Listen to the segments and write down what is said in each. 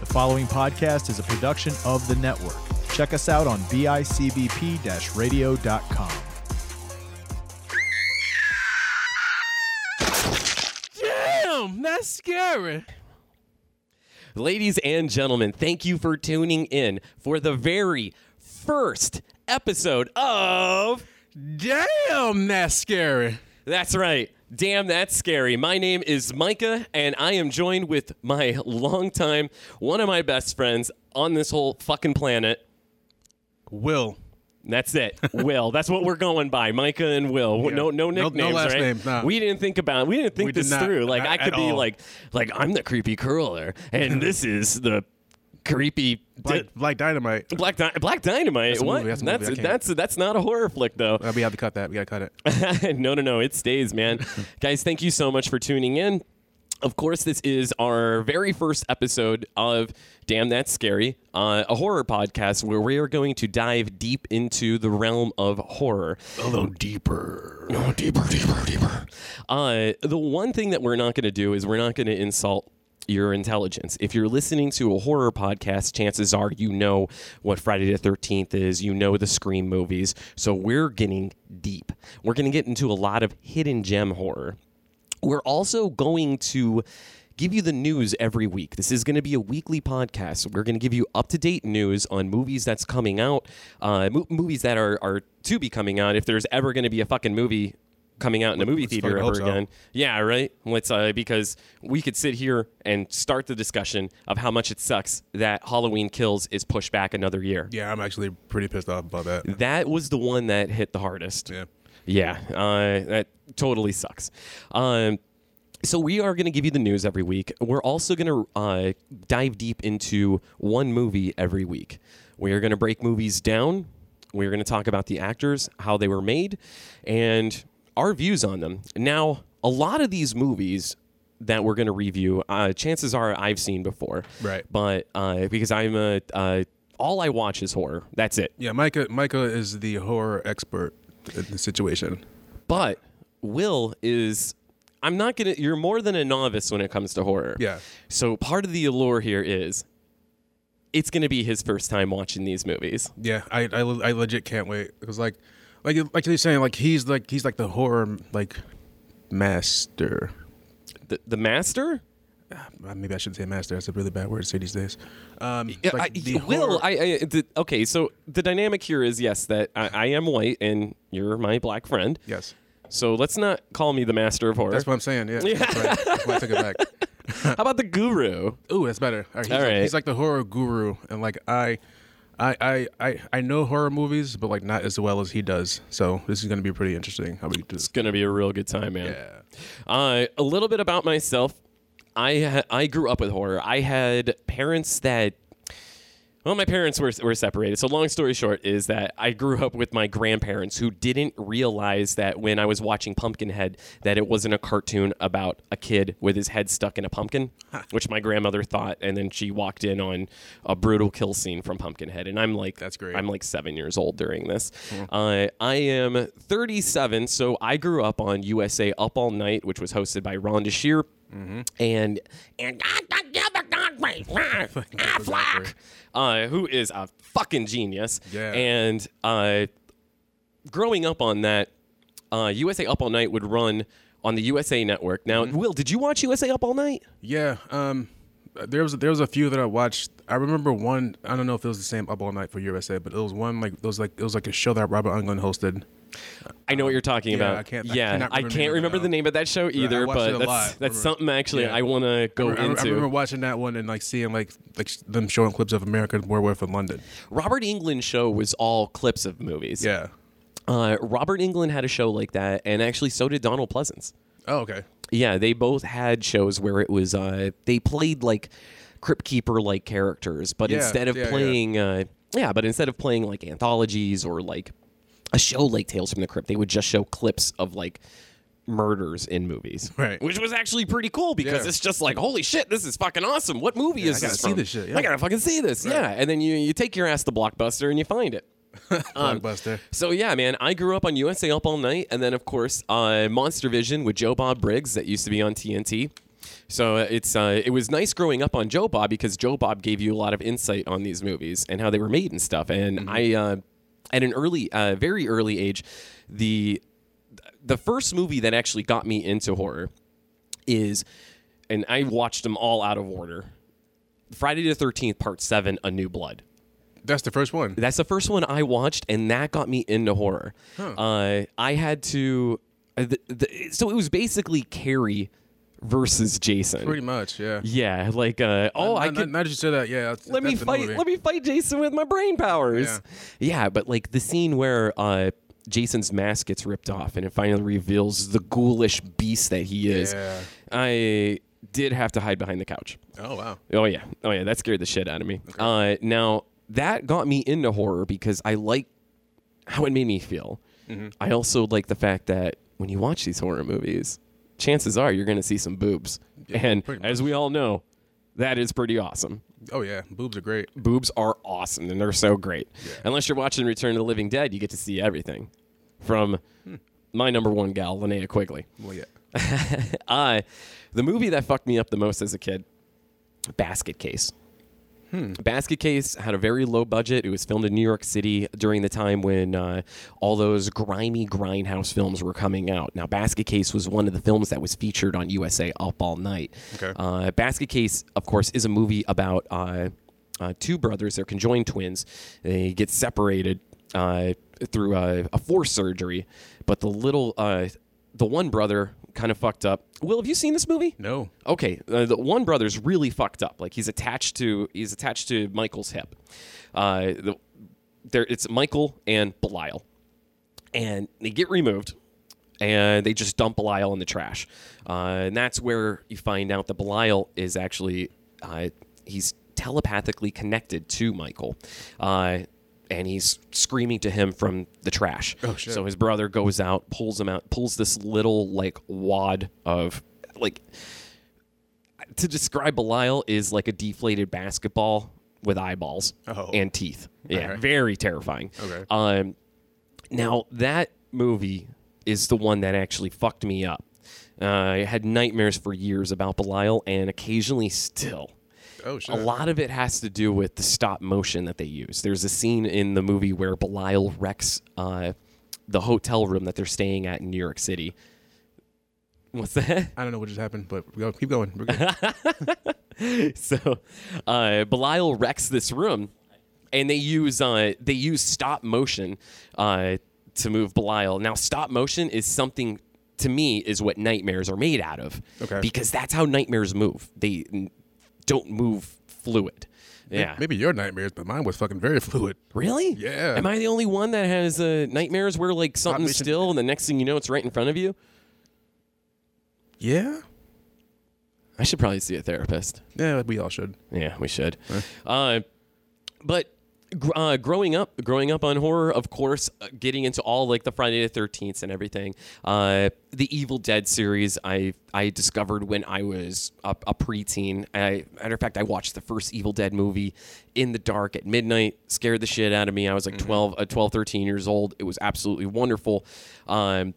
The following podcast is a production of the network. Check us out on bicbp radio.com. Damn, that's scary. Ladies and gentlemen, thank you for tuning in for the very first episode of. Damn, that's scary. That's right. Damn, that's scary. My name is Micah, and I am joined with my longtime, one of my best friends on this whole fucking planet. Will. That's it. Will. That's what we're going by. Micah and Will. No, no No- no nicknames. last right? names, nah. We didn't think about. We didn't think We did this not, through. Like a- I could at be all. like, like I'm the creepy curler, and this is the creepy Like, like dynamite. Black Di- Black Dynamite. a what? movie, that's a movie, I that's can't- that's that's not a horror flick though. Uh, we have to cut that. We gotta cut it. no, no, no. It stays, man. Guys, thank you so much for tuning in. Of course, this is our very first episode of Damn That's Scary, uh, a horror podcast where we are going to dive deep into the realm of horror. Although deeper. No, deeper, deeper, deeper. Uh, the one thing that we're not going to do is we're not going to insult your intelligence. If you're listening to a horror podcast, chances are you know what Friday the 13th is, you know the Scream movies. So we're getting deep. We're going to get into a lot of hidden gem horror. We're also going to give you the news every week. This is going to be a weekly podcast. We're going to give you up to date news on movies that's coming out, uh, mo- movies that are, are to be coming out. If there's ever going to be a fucking movie coming out in a movie let's theater fucking ever hope so. again. Yeah, right? Let's, uh, because we could sit here and start the discussion of how much it sucks that Halloween Kills is pushed back another year. Yeah, I'm actually pretty pissed off about that. That was the one that hit the hardest. Yeah. Yeah, uh, that totally sucks. Um, so we are going to give you the news every week. We're also going to uh, dive deep into one movie every week. We are going to break movies down. We are going to talk about the actors, how they were made, and our views on them. Now, a lot of these movies that we're going to review, uh, chances are I've seen before, Right. But uh, because I'm a uh, all I watch is horror. That's it. Yeah, Micah. Micah is the horror expert in the situation. But Will is I'm not gonna you're more than a novice when it comes to horror. Yeah. So part of the allure here is it's gonna be his first time watching these movies. Yeah, I I, le- I legit can't wait. It was like, like like you're saying, like he's like he's like the horror like master. The, the master? Uh, Maybe I shouldn't say master. That's a really bad word to say these days. Um, like I- the Will, horror- I, I the, okay. So the dynamic here is yes that I, I am white and you're my black friend. yes, So let's not call me the master of horror. that's what I'm saying. Yeah, That's, right. That's why I took it back. How about the guru? Ooh, that's better. All right, he's, All like, right. he's like the horror guru, and like I, I, I, I, I know horror movies, but like not as well as he does. So this is gonna be pretty interesting. How we do this? It's gonna be a real good time, man. Yeah. Uh, a little bit about myself. I ha- I grew up with horror. I had parents that. Well, my parents were, were separated. So, long story short, is that I grew up with my grandparents who didn't realize that when I was watching Pumpkinhead, that it wasn't a cartoon about a kid with his head stuck in a pumpkin, which my grandmother thought. And then she walked in on a brutal kill scene from Pumpkinhead. And I'm like, That's great. I'm I'm like seven years old during this. Uh, I am 37, so I grew up on USA Up All Night, which was hosted by Ron Shear. And and Affleck, uh, who is a fucking genius. Yeah. And uh, growing up on that, uh, USA Up All Night would run on the USA Network. Now, Will, did you watch USA Up All Night? Yeah. Um, there was there was a few that I watched. I remember one. I don't know if it was the same Up All Night for USA, but it was one like it was like it was like a show that Robert Englund hosted. I know what you're talking yeah, about. I can't- I yeah, cannot I remember the can't name of remember that the name of that show either, watched it but a that's lot. that's Remember- something actually yeah. I want to go I, I Oh, into. remember watching that one and like seeing like like them showing clips of American Werewolf in London. Robert England show was all clips of movies. Yeah. Uh, Robert England had a show like that, and actually so did Donald Pleasance. Oh, okay. Yeah, they both had shows where it was uh, they played like crypt keeper like characters, but Yeah, instead of yeah, yeah. playing, Uh, yeah, but instead of playing like anthologies or like a show like Tales from the Crypt, they would just show clips of like murders in movies, Right. Which was actually pretty cool because Yeah. it's just like, holy shit, this is fucking awesome. What movie is gotta this? see from? this shit, yeah. I gotta fucking see this. Yeah, and then you you take your ass to Blockbuster and you find it. Um, Blockbuster. so yeah, man, I grew up on USA Up All Night, and then of course uh, Monster Vision with Joe Bob Briggs that used to be on TNT. So uh, it's uh, it was nice growing up on Joe Bob because Joe Bob gave you a lot of insight on these movies and how they were made and stuff. And I, uh, at an early, uh, very early age, the the first movie that actually got me into horror is, and I watched them all out of order. Friday the Thirteenth Part Seven: A New Blood. That's the first one. That's the first one I watched, and that got me into horror. Uh, I had to, uh, the, the, so it was basically Carrie versus Jason. Pretty much, yeah. yeah, like uh, oh, I Now- now- could Now that you said that, yeah. that's- let me that's the fight. movie. Let me fight Jason with my brain powers. Yeah, but like the scene where uh, Jason's mask gets ripped off and it finally reveals the ghoulish beast that he is. Yeah. I did have to hide behind the couch. Oh wow. Oh yeah, oh yeah, that scared the shit out of me. Uh, now that got me into horror because I like how it made me feel. I also like the fact that when you watch these horror movies, chances are you're going to see some boobs, and pretty as we all know, that is pretty awesome. Oh yeah. Boobs are great. Boobs are awesome, and they're so great. Unless you're watching Return of the Living Dead, you get to see everything from my number one gal, Linnea Quigley. Well, yeah. I, the movie that fucked me up the most as a kid, Basket Case. Basket Case had a very low budget. It was filmed in New York City during the time when uh, all those grimy grindhouse films were coming out. Now, Basket Case was one of the films that was featured on USA Up All Night. Okay. Uh, Basket Case, of course, is a movie about uh, uh, two brothers. They're conjoined twins. They get separated uh, through a, a force surgery, but the little, uh, the one brother kind of fucked up. Will, have you seen this movie? No. okay uh, the one brother's really fucked up like he's attached to he's attached to michael's hip uh the, there it's michael and belial and they get removed and they just dump belial in the trash uh, and that's where you find out that belial is actually uh, he's telepathically connected to michael uh, and he's screaming to him from the trash oh, shit. so his brother goes out pulls him out pulls this little like wad of like to describe Belial is like a deflated basketball with eyeballs Oh. and teeth. Yeah, Okay. very terrifying. Okay. Um, now that movie is the one that actually fucked me up. Uh, I had nightmares for years about Belial, and occasionally still. Oh shit. A lot of it has to do with the stop motion that they use. There's a scene in the movie where Belial wrecks uh, the hotel room that they're staying at in New York City. What's that? I don't know what just happened, but we go, keep going. We're good. so uh, Belial wrecks this room, and they use uh, they use stop motion uh, to move Belial. Now, stop motion is something to me is what nightmares are made out of, Okay. because that's how nightmares move. They n- don't move fluid. Yeah. Maybe your nightmares, but mine was fucking very fluid. Really? Yeah. Am I the only one that has uh, nightmares where like something's mission- still and the next thing you know it's right in front of you? Yeah. I should probably see a therapist. Yeah, we all should. Yeah, we should. Uh, but gr- uh, growing up, growing up on horror, of course, uh, getting into all like the Friday the Thirteenth and everything. Uh, the Evil Dead series, I I discovered when I was a, a preteen. I, matter of fact, I watched the first Evil Dead movie in the dark at midnight. Scared the shit out of me. I was like 12, uh, 12 13 years old. It was absolutely wonderful. Um,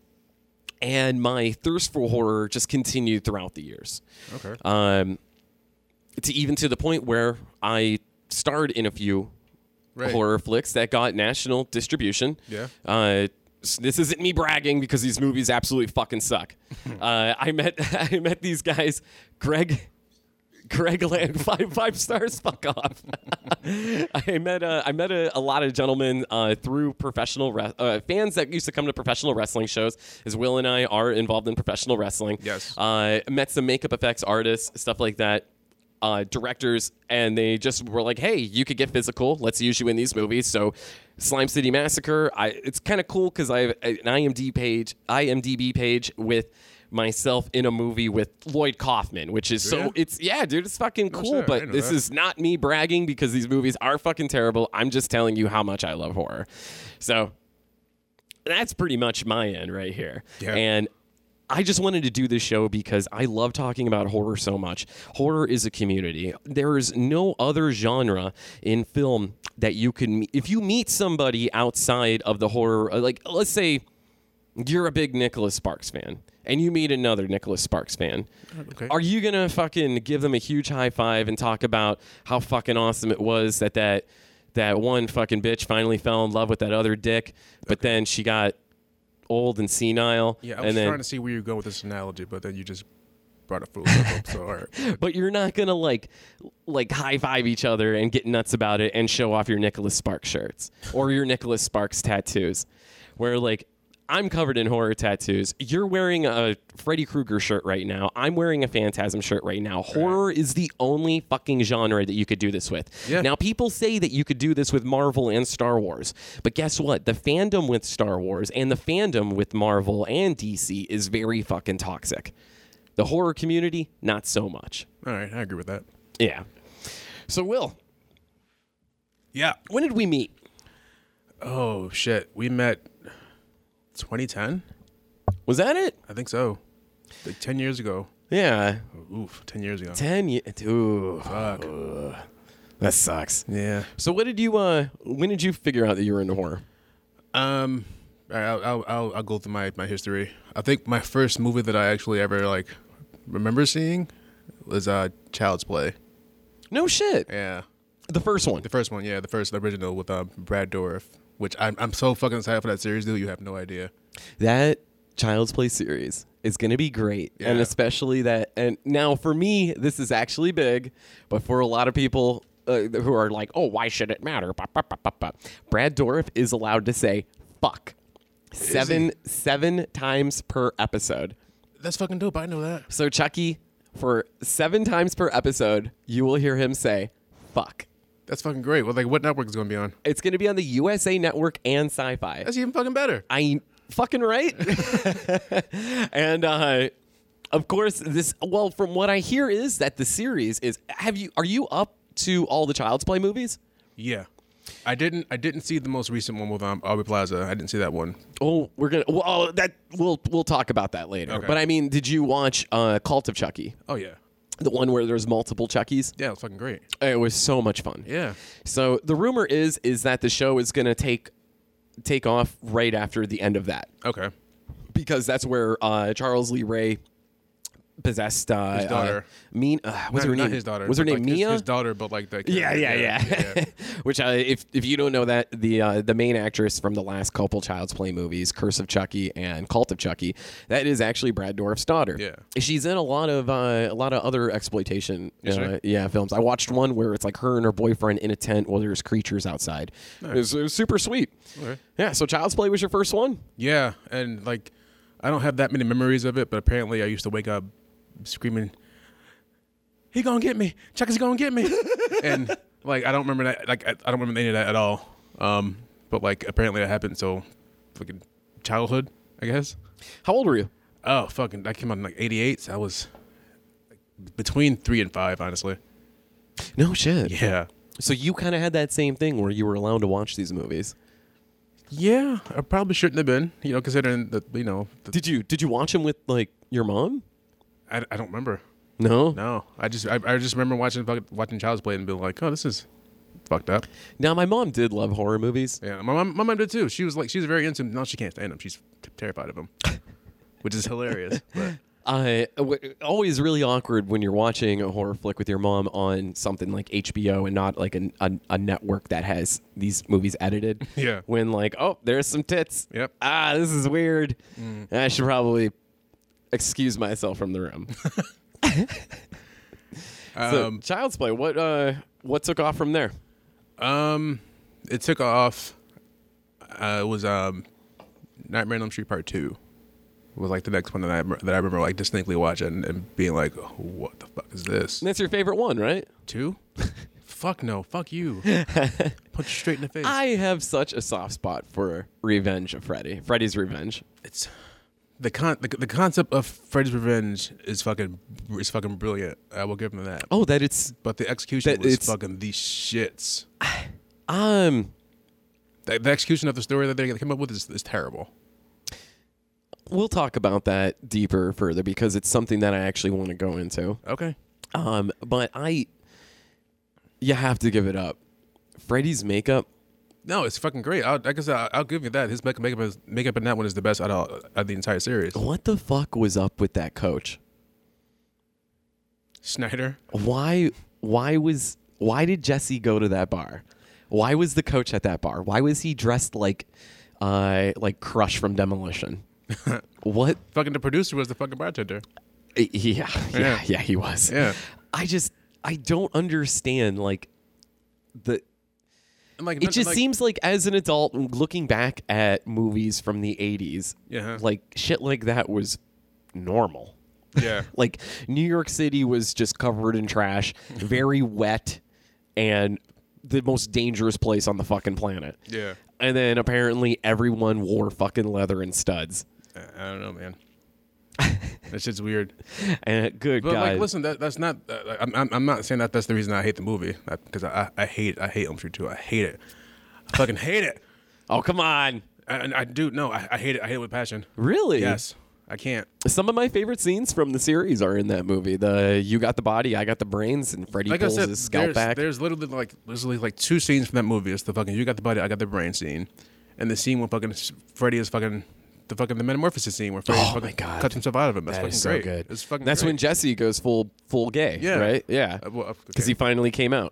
and my thirst for horror just continued throughout the years Okay. um, to even to the point where I starred in a few Right. horror flicks that got national distribution. Yeah. Uh, s- this isn't me bragging because these movies absolutely fucking suck. uh, I met I met these guys, Greg. Greg Land, five five stars. Fuck off. I met uh, I met a, a lot of gentlemen uh, through professional re- uh, fans that used to come to professional wrestling shows. As Will and I are involved in professional wrestling. Yes. Uh, met some makeup effects artists, stuff like that. Uh, directors and they just were like, "Hey, you could get physical. Let's use you in these movies." So, Slime City Massacre. I it's kind of cool because I have an IMDb page, IMDb page with myself in a movie with Lloyd Kaufman, which is Yeah? so it's yeah, dude, it's fucking cool. Oh, shit, I but didn't know this that. is not me bragging because these movies are fucking terrible. I'm just telling you how much I love horror. So that's pretty much my end right here. Yeah. And I just wanted to do this show because I love talking about horror so much. Horror is a community. There is no other genre in film that you can meet. If you meet somebody outside of the horror, like let's say you're a big Nicholas Sparks fan and you meet another Nicholas Sparks fan, Okay. are you gonna fucking give them a huge high five and talk about how fucking awesome it was that that that one fucking bitch finally fell in love with that other dick, but then she got old and senile, yeah, I was and then trying to see where you're going with this analogy, but then you just brought a full circle. so all right. but you're not gonna like like high five each other and get nuts about it and show off your Nicholas Sparks shirts or your Nicholas Sparks tattoos. Where like I'm covered in horror tattoos. You're wearing a Freddy Krueger shirt right now. I'm wearing a Phantasm shirt right now. Horror is the only fucking genre that you could do this with. Yeah. Now people say that you could do this with Marvel and Star Wars, but guess what? The fandom with Star Wars and the fandom with Marvel and DC is very fucking toxic. The horror community, not so much. All right, I agree with that. Yeah. So, Will, Yeah. when did we meet? Oh shit, we met 2010. Was that it? I think so. Like 10 years ago. Yeah. Oof, 10 years ago. 10 years. Ooh, Fuck. that sucks. Yeah. So, what did you, uh, when did you figure out that you were into horror? Um, all right, I'll, I'll, I'll, I'll go through my, my history. I think my first movie that I actually ever like remember seeing was uh Child's Play. No shit. Yeah, The first one. the first one. Yeah, the first original with um Brad Dourif, which I'm I'm so fucking excited for that series, dude. You have no idea. That Child's Play series is going to be great. And Yeah. especially that. And now, for me, this is actually big, but for a lot of people, uh, who are like, oh, why should it matter? Ba, ba, ba, ba, ba. Brad Dorff is allowed to say fuck seven seven times per episode. That's fucking dope. I know that. So Chucky, for seven times per episode, you will hear him say "fuck." That's fucking great. Well, like what network is it gonna be on? It's going to be on the USA Network and Sci-Fi. That's even fucking better. I fucking right. and uh, of course, this. Well, from what I hear is that the series is. Have you? Are you up to all the Child's Play movies? Yeah. I didn't. I didn't see the most recent one with um, Aubrey Plaza. I didn't see that one. Oh, we're gonna. Well, oh, that we'll we'll talk about that later. Okay. But I mean, did you watch uh, Cult of Chucky, Oh yeah, the one where there's multiple Chuckies? yeah. It's fucking great. It was so much fun. Yeah. So the rumor is is that the show is going to take take off right after the end of that Okay. because that's where uh, Charles Lee Ray possessed uh, his daughter. mean uh, was Not- her not name his daughter. was her but, name like, his- Mia? His, daughter, but like that. yeah, character. yeah, yeah. Which, uh, if if you don't know that, the uh, the main actress from the last couple Child's Play movies, Curse of Chucky and Cult of Chucky, that is actually Brad Dorff's daughter. Yeah. she's in a lot of uh, a lot of other exploitation she? uh, yeah films. I watched one where it's like her and her boyfriend in a tent while there's creatures outside. It, was, it was super sweet. Okay. Yeah, so Child's Play was your first one. Yeah, and like, I don't have that many memories of it, but apparently I used to wake up screaming, "He gonna get me! Chucky's gonna get me!" and like, I don't remember that. Like, I, I don't remember any of that at all. Um, but like, apparently that happened. So, fucking childhood, I guess. How old were you? Oh, fucking! I came out in like '88. So I was like, between three and five, honestly. No shit. Yeah. So you kind of had that same thing where you were allowed to watch these movies. Yeah, I probably shouldn't have been. You know, considering that you know, the, Did you did you watch them with like your mom? I, I don't remember. No. No, I just I, I just remember watching fucking- watching Child's Play and being like, oh, this is fucked up. Now my mom did love horror movies. Yeah, my mom, my mom did too. She was like, she's very into him. Now she can't stand him. She's t- terrified of him, which is hilarious. But I uh, w- always really awkward when you're watching a horror flick with your mom on something like HBO and not like an, a, a network that has these movies edited. Yeah. When like, oh, there's some tits. Yep. Ah, this is weird. I should probably excuse myself from the room. so, Um, Child's Play. What uh, what took off from there? um, it took off. Uh, it was um, Nightmare on Elm Street Part Two was like the next one that I that I remember like distinctly watching and being like, oh, what the fuck is this? And that's your favorite one, right? Two? fuck no, fuck you. Punch you straight in the face. I have such a soft spot for Revenge of Freddy. Freddy's Revenge. it's the con the, the concept of Freddy's revenge is fucking is fucking brilliant. I will give him that. Oh, that it's But the execution That was it's- fucking the shits. um. The, the execution of the story that they came up with is, is terrible. We'll talk about that deeper further because it's something that I actually want to go into. Okay. Um, but I, you have to give it up. Freddy's makeup No, it's fucking great. I'll, I guess I'll, I'll give you that. His make- makeup, is- makeup in that one is the best out of, out of the entire series. What the fuck was up with that coach? Snyder. Why why was why did Jesse go to that bar? Why was the coach at that bar? Why was he dressed like uh like Crush from Demolition? what Fucking the producer was the fucking bartender. yeah, yeah, yeah, Yeah. he was. Yeah. I just I don't understand like the And like, it just like, seems like as an adult looking back at movies from the 80s Yeah. like shit like that was normal Yeah. like new york city was just covered in trash very wet and the most dangerous place on the fucking planet Yeah. and then apparently everyone wore fucking leather and studs I I don't know, man. that shit's weird. and good But god like, listen, that, that's not. Uh, I'm, I'm I'm not saying that that's the reason I hate the movie because I, I I hate I hate Elm Street 2. I hate it. I fucking hate it. oh come on I, I- I do no. I, I hate it. I hate it with passion. really Yes, I can't. some of my favorite scenes from the series are in that movie the you got the body i got the brains and freddy Like I pulls said, his scalp there's, back there's literally like there's literally like two scenes from that movie. It's the fucking you got the body, I got the brain scene, and the scene when fucking s- Freddy is fucking the fucking the metamorphosis scene where Freddy Oh my fucking God. cuts himself out of him. That's That fucking is so great. good. It's fucking. That's when great. Jesse goes full full gay, Yeah. right? Yeah. Uh, well, uh, Cuz okay. he finally came out.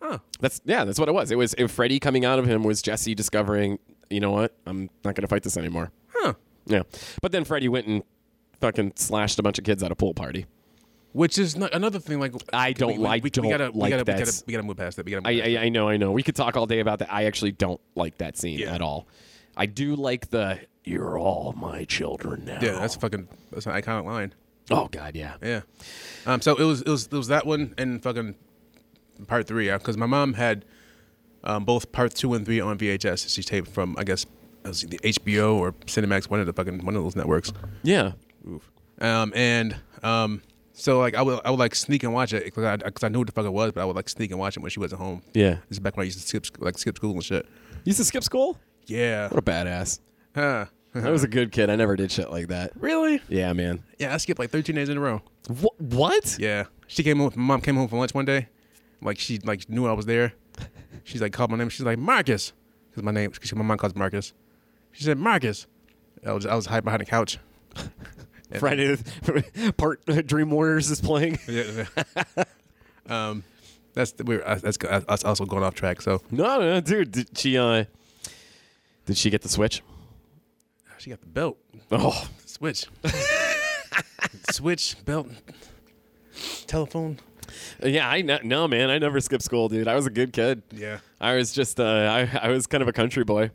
Huh. That's yeah, that's what it was. It was if Freddy coming out of him was Jesse discovering, you know what? I'm not going to fight this anymore. Huh. Yeah. But then Freddy went and fucking slashed a bunch of kids at a pool party. Which is not, another thing. Like I don't like- don't like we gotta, that We gotta, s- we gotta move past that. We gotta. Move past I, I I know, I know. We could talk all day about that. I actually don't like that scene Yeah. at all. I do like the you're all my children now. Yeah, that's fucking that's an iconic line. Oh god, yeah. Yeah. Um. So it was it was it was that one and fucking part three. Yeah, because my mom had um, both part two and three on VHS. She taped from I guess it was the HBO or Cinemax, one of the fucking one of those networks. Yeah. Um. And um. So like I would I would like sneak and watch it because I because I knew what the fuck it was, but I would like sneak and watch it when she wasn't home. Yeah. This is back when I used to skip like skip school and shit. You used to skip school? Yeah. What a badass. Huh. I was a good kid. I never did shit like that. Uh-huh. Really? Yeah, man. Yeah, I skipped like 13 days in a row. Wh- what? Yeah, she came home. My mom came home from lunch one day, like she like knew I was there. She's like called my name. She's like Marcus, because my name, because my mom calls Marcus. She said Marcus. I was I was hiding behind the couch. Friday the part uh, Dream Warriors is playing. Yeah. um, that's we were, that's us also going off track. So No, no, dude. Did she? Uh, did she get the switch? she got the belt, Oh, switch, switch belt, telephone. yeah. I ne- no, man. I never skipped school, dude. I was a good kid. Yeah. I was just. Uh, I I was kind of a country boy.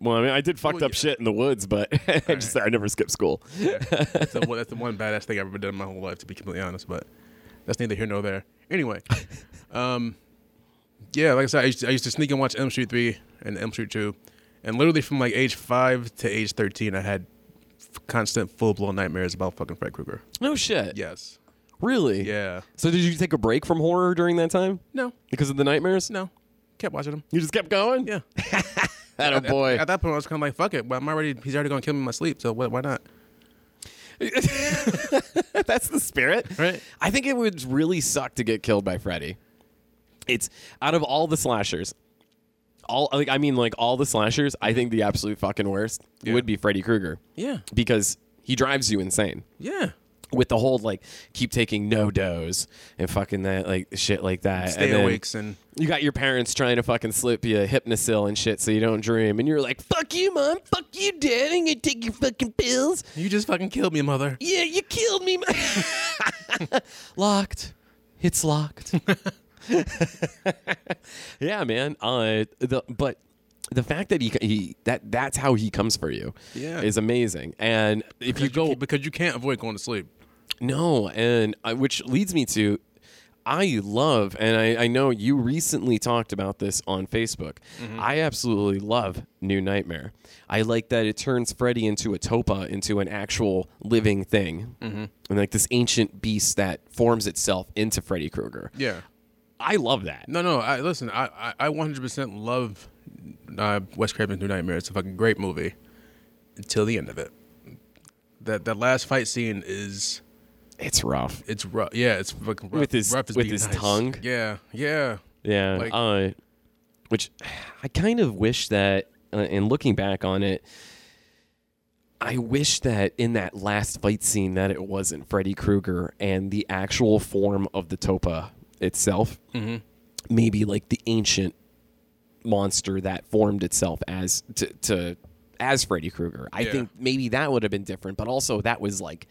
Well, I mean, I did fucked Well, up yeah. shit in the woods, but I just I never skipped school. Yeah. that's, the one, that's the one badass thing I've ever done in my whole life, to be completely honest. But that's neither here nor there. Anyway, um, yeah, like I said, I used, to, I used to sneak and watch Elm Street three and Elm Street two, and literally from like age five to age thirteen, I had f- constant full blown nightmares about fucking Fred Krueger. No shit. Yes. Really? Yeah. So did you take a break from horror during that time No. because of the nightmares? No. Kept watching him. You just kept going. Yeah. That a At- boy. At, that point, I was kind of like, "Fuck it." But I'm already. He's already gonna kill me in my sleep. So wh- why not? That's the spirit. Right. I think it would really suck to get killed by Freddy. It's out of all the slashers, all like I mean like all the slashers, I think the absolute fucking worst Yeah. would be Freddy Krueger. Yeah. Because he drives you insane Yeah. with the whole like keep taking no doze and fucking that like shit like that. Stay and then awakes and You got your parents trying to fucking slip you hypnosil and shit so you don't dream, and you're like, "Fuck you, mom! Fuck you, dad! I'm gonna take your fucking pills." you just fucking killed me, mother. Yeah, you killed me. ma- locked. It's locked. yeah, man. Uh, the but the fact that he he that that's how he comes for you. Yeah. is amazing. And if you go because you can't avoid going to sleep. no, and I, which leads me to. I love, and I, I know you recently talked about this on Facebook. I absolutely love New Nightmare. I like that it turns Freddy into a topa, into an actual living thing, and like this ancient beast that forms itself into Freddy Krueger. Yeah. I love that. No, no. I listen. I I I 100% love uh, Wes Craven's New Nightmare. It's a fucking great movie until the end of it. That that last fight scene is It's rough. it's rough. Yeah, it's fucking rough. With his- rough is with being his nice. tongue? Yeah, yeah. Yeah. Like- uh, which I kind of wish that, uh, in looking back on it, I wish that in that last fight scene that it wasn't Freddy Krueger and the actual form of the Topa itself, Mm-hmm. maybe like the ancient monster that formed itself as to, to as Freddy Krueger. I Yeah. think maybe that would have been different, but also that was like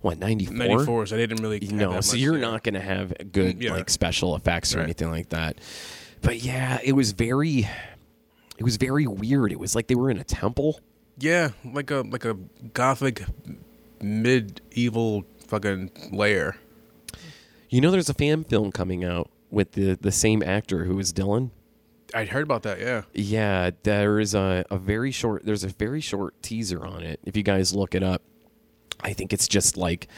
what 94? 94, so they didn't really. have No, that so much, you're yeah. not going to have good Yeah. like special effects or Right. anything like that. But yeah, it was very it was very weird. It was like they were in a temple. Yeah, like a like a gothic medieval fucking lair. You know, there's a fan film coming out with the the same actor who is Dylan. I heard about that. Yeah, Yeah, there is a, a very short there's a very short teaser on it. If you guys look it up, I think it's just like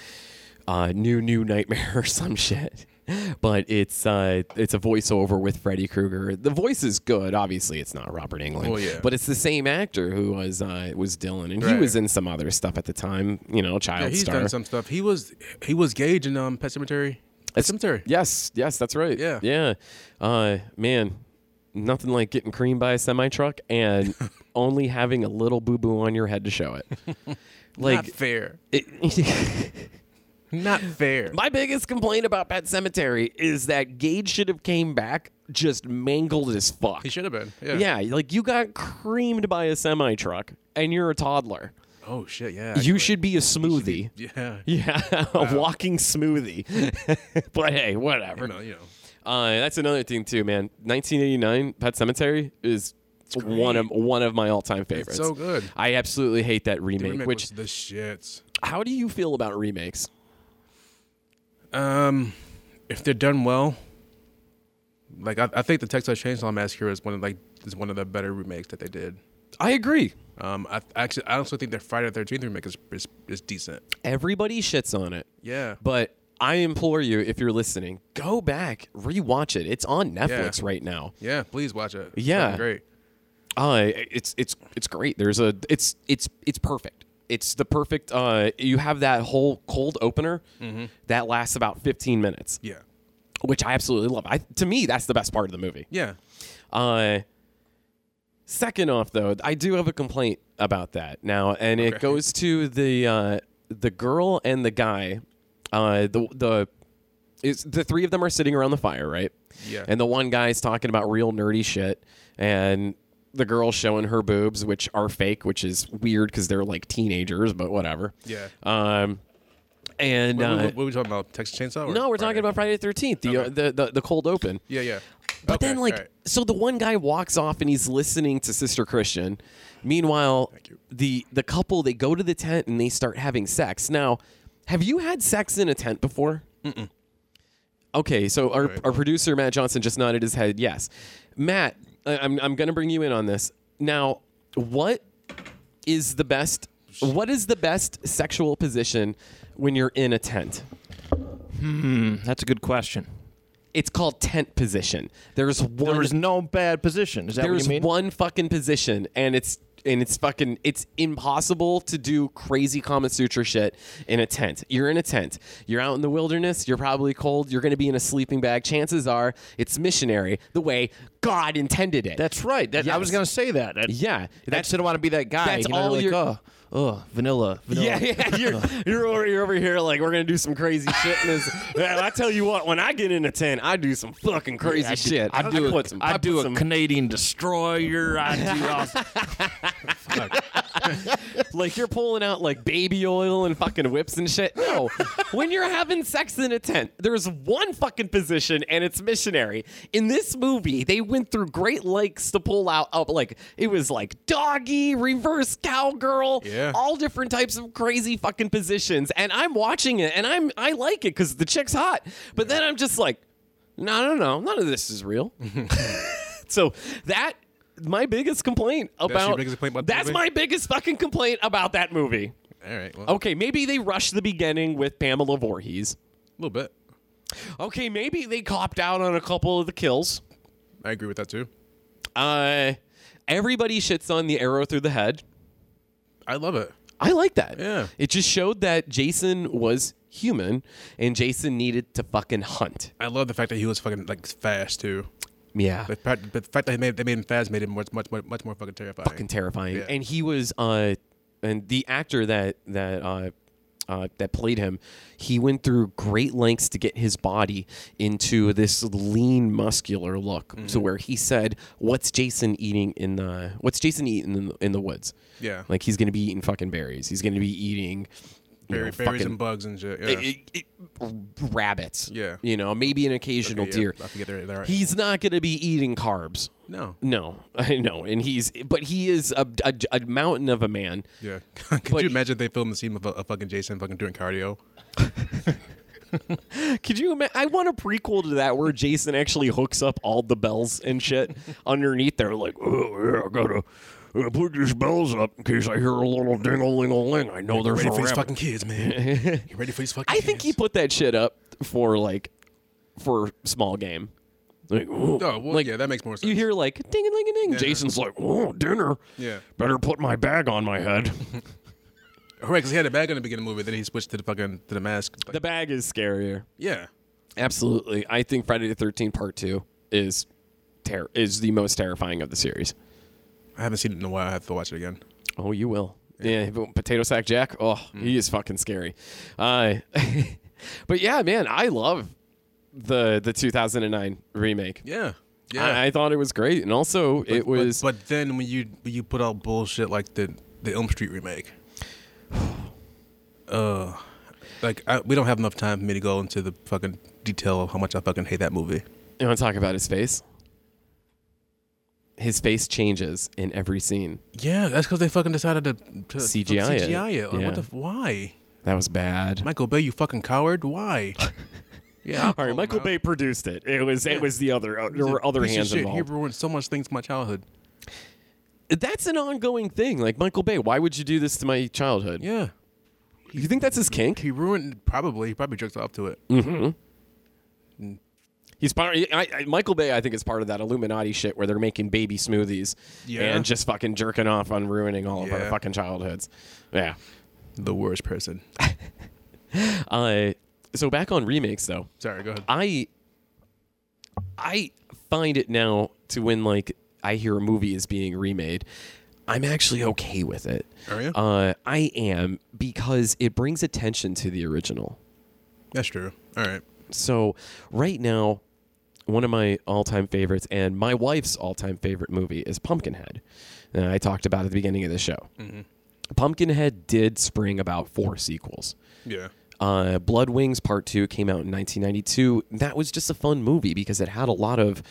uh, new new nightmare or some shit. But it's uh, it's a voiceover with Freddy Krueger. The voice is good. Obviously, it's not Robert Englund. Well, yeah. But it's the same actor who was uh, was Dylan, and he Right. was in some other stuff at the time. You know, child yeah he's star. done some stuff. He was he was Gage in um Pet Cemetery. Pet Cemetery. Yes, yes, that's right. Yeah. yeah. Uh, man, nothing like getting creamed by a semi truck and only having a little boo boo on your head to show it. not Like, fair. it, Not fair. my biggest complaint about Pet Cemetery is that Gage should have came back just mangled as fuck. He should have been. Yeah. Yeah, like you got creamed by a semi truck and you're a toddler. Oh shit. You Yeah. actually. should be a smoothie. Yeah. Yeah, a walking smoothie. but hey, whatever. You know, you know. Uh, that's another thing too, man. 1989 Pet Cemetery is one of one of my all-time favorites. so good. I absolutely hate that remake. Remake which was the shits. how do you feel about remakes? Um, if they're done well, like I, I think the Texas Chainsaw Massacre is one of like is one of the better remakes that they did. I agree. Um, I I actually I also think their Friday the Thirteenth remake is, is is decent. Everybody shits on it, Yeah. but I implore you, if you're listening, go back, rewatch it. It's on Netflix Yeah. right now. Yeah, please watch it. It's Yeah. fucking great. Uh, it's it's it's great. There's a it's it's it's perfect. It's the perfect. Uh, you have that whole cold opener Mm-hmm. that lasts about 15 minutes. Yeah, which I absolutely love. I to me that's the best part of the movie. yeah. Uh second off though, I do have a complaint about that now and it Okay. goes to the uh the girl and the guy uh the the it's the three of them are sitting around the fire, right? Yeah. And the one guy's talking about real nerdy shit and the girl showing her boobs which are fake, which is weird cuz they're like teenagers, but whatever. Yeah. Um and What, uh, what, what are we talking about? Texas Chainsaw? or no, we're Friday? talking about Friday the 13th, the, uh, the, the the cold open. Yeah, yeah. But Okay, then, like, alright. so the one guy walks off and he's listening to Sister Christian. Meanwhile, you. the the couple they go to the tent and they start having sex. Now, have you had sex in a tent before? Mm-mm. Okay, so our our producer Matt Johnson just nodded his head. Yes, Matt, I, I'm I'm gonna bring you in on this. Now, what is the best? What is the best sexual position when you're in a tent? That's a good question. It's called tent position. There's one. There was no bad position. Is that what there's you mean? one fucking position and it's and it's fucking it's impossible to do crazy Kama Sutra shit in a tent. You're in a tent. You're out in the wilderness. You're probably cold. You're going to be in a sleeping bag. Chances are it's missionary the way God intended it. That's right. That, I was Yes. going to say that. That- yeah. I just didn't want to be that guy. that's you know, all like, your- oh, oh, vanilla, vanilla. Yeah, yeah, you're you're over, you're over here like we're gonna do some crazy shit. In this. Man, I tell you what, when I get in a tent, I do some fucking crazy I do- shit. I do. a- put some. I put do a some- Canadian destroyer. I do. all- Like you're pulling out like baby oil and fucking whips and shit. No, when you're having sex in a tent, there's one fucking position and it's missionary. In this movie, they went through great lengths to pull out up like it was like doggy, reverse cowgirl, Yeah. all different types of crazy fucking positions. And I'm watching it and I'm I like it because the chick's hot. But then I'm just like, no, no, no, none of this is real. so that. My biggest complaint about your biggest complaint about the that's movie? my biggest fucking complaint about that movie. All right. Well, Okay, maybe they rushed the beginning with Pamela Voorhees. A little bit. Okay, maybe they copped out on a couple of the kills. I agree with that too. Uh, everybody shits on the arrow through the head. I love it. I like that. Yeah. It just showed that Jason was human and Jason needed to fucking hunt. I love the fact that he was fucking like fast too. Yeah. The fact, the fact that they made, they made him fast made him much, much, much, much more fucking terrifying. fucking terrifying. Yeah. And he was uh and the actor that that uh uh, that played him, he went through great lengths to get his body into this lean, muscular look, to Mm-hmm. where he said, "What's Jason eating in the What's Jason eating in the, in the woods? Yeah. like he's gonna be eating fucking berries. He's gonna be eating you know, Berry- berries fucking- and bugs and shit. Yeah. it- it- r- rabbits. Yeah. You know, maybe an occasional Okay, yeah, deer. I forget they're- they're- He's not going to be eating carbs. no. No, I know, and he's but he is a, a, a mountain of a man. Yeah. Could But- you imagine if they filmed the scene of, of fucking Jason fucking doing cardio? Could you imagine? I want a prequel to that where Jason actually hooks up all the bells and shit underneath there, like Oh, yeah, I gotta, gotta put these bells up in case I hear a little ding-a-ling-a-ling. I know there's ready a for these rabbit. fucking kids, man. you ready for these fucking I think he kids? put that shit up for like for small game. Like, oh. Oh, well, like, yeah, that makes more sense. You hear like ding a ling a ding. Jason, Jason's like, oh, dinner. Yeah. Better put my bag on my head. Right, because he had a bag in the beginning of the movie, then he switched to the fucking to the mask. Like, the bag is scarier. yeah. Absolutely, I think Friday the Thirteenth Part Two is ter- is the most terrifying of the series. I haven't seen it in a while. I have to watch it again. Oh, you will. Yeah, but potato sack Jack. Oh, he is fucking scary. Uh, but yeah, man, I love the the 2009 remake. Yeah. Yeah. I, I thought it was great, and also it But- was. But, then when you when you put out bullshit like the the Elm Street remake, uh, like I, we don't have enough time for me to go into the fucking detail of how much I fucking hate that movie. you want to talk about his face? His face changes in every scene. Yeah, that's because they fucking decided to, to CGI it. CGI it. Like, Yeah. What the? f- Why? That was bad. Michael Bay, you fucking coward. Why? yeah. I'll All call right, him Michael out. Bay produced it. It was it was the other. uh, there He's a were other piece of hands shit. involved. He ruined so much things in my childhood. That's an ongoing thing. Like Michael Bay, why would you do this to my childhood? Yeah. You think that's his kink? He ruined probably. He probably jerked off to it. Mm. Mm-hmm. He's part. I, I, Michael Bay, I think, is part of that Illuminati shit where they're making baby smoothies Yeah. and just fucking jerking off on ruining all of our Yeah. fucking childhoods. Yeah. The worst person. Uh, so back on remakes though, Sorry. Go ahead. I I find it now to when like I hear a movie is being remade, I'm actually okay with it. Are you? Uh, I am because it brings attention to the original. That's true. All right. So right now, one of my all-time favorites and my wife's all-time favorite movie is Pumpkinhead. And I talked about it at the beginning of the show. Pumpkinhead did spring about four sequels. Yeah. Uh, Blood Wings Part Two came out in 1992. That was just a fun movie because it had a lot of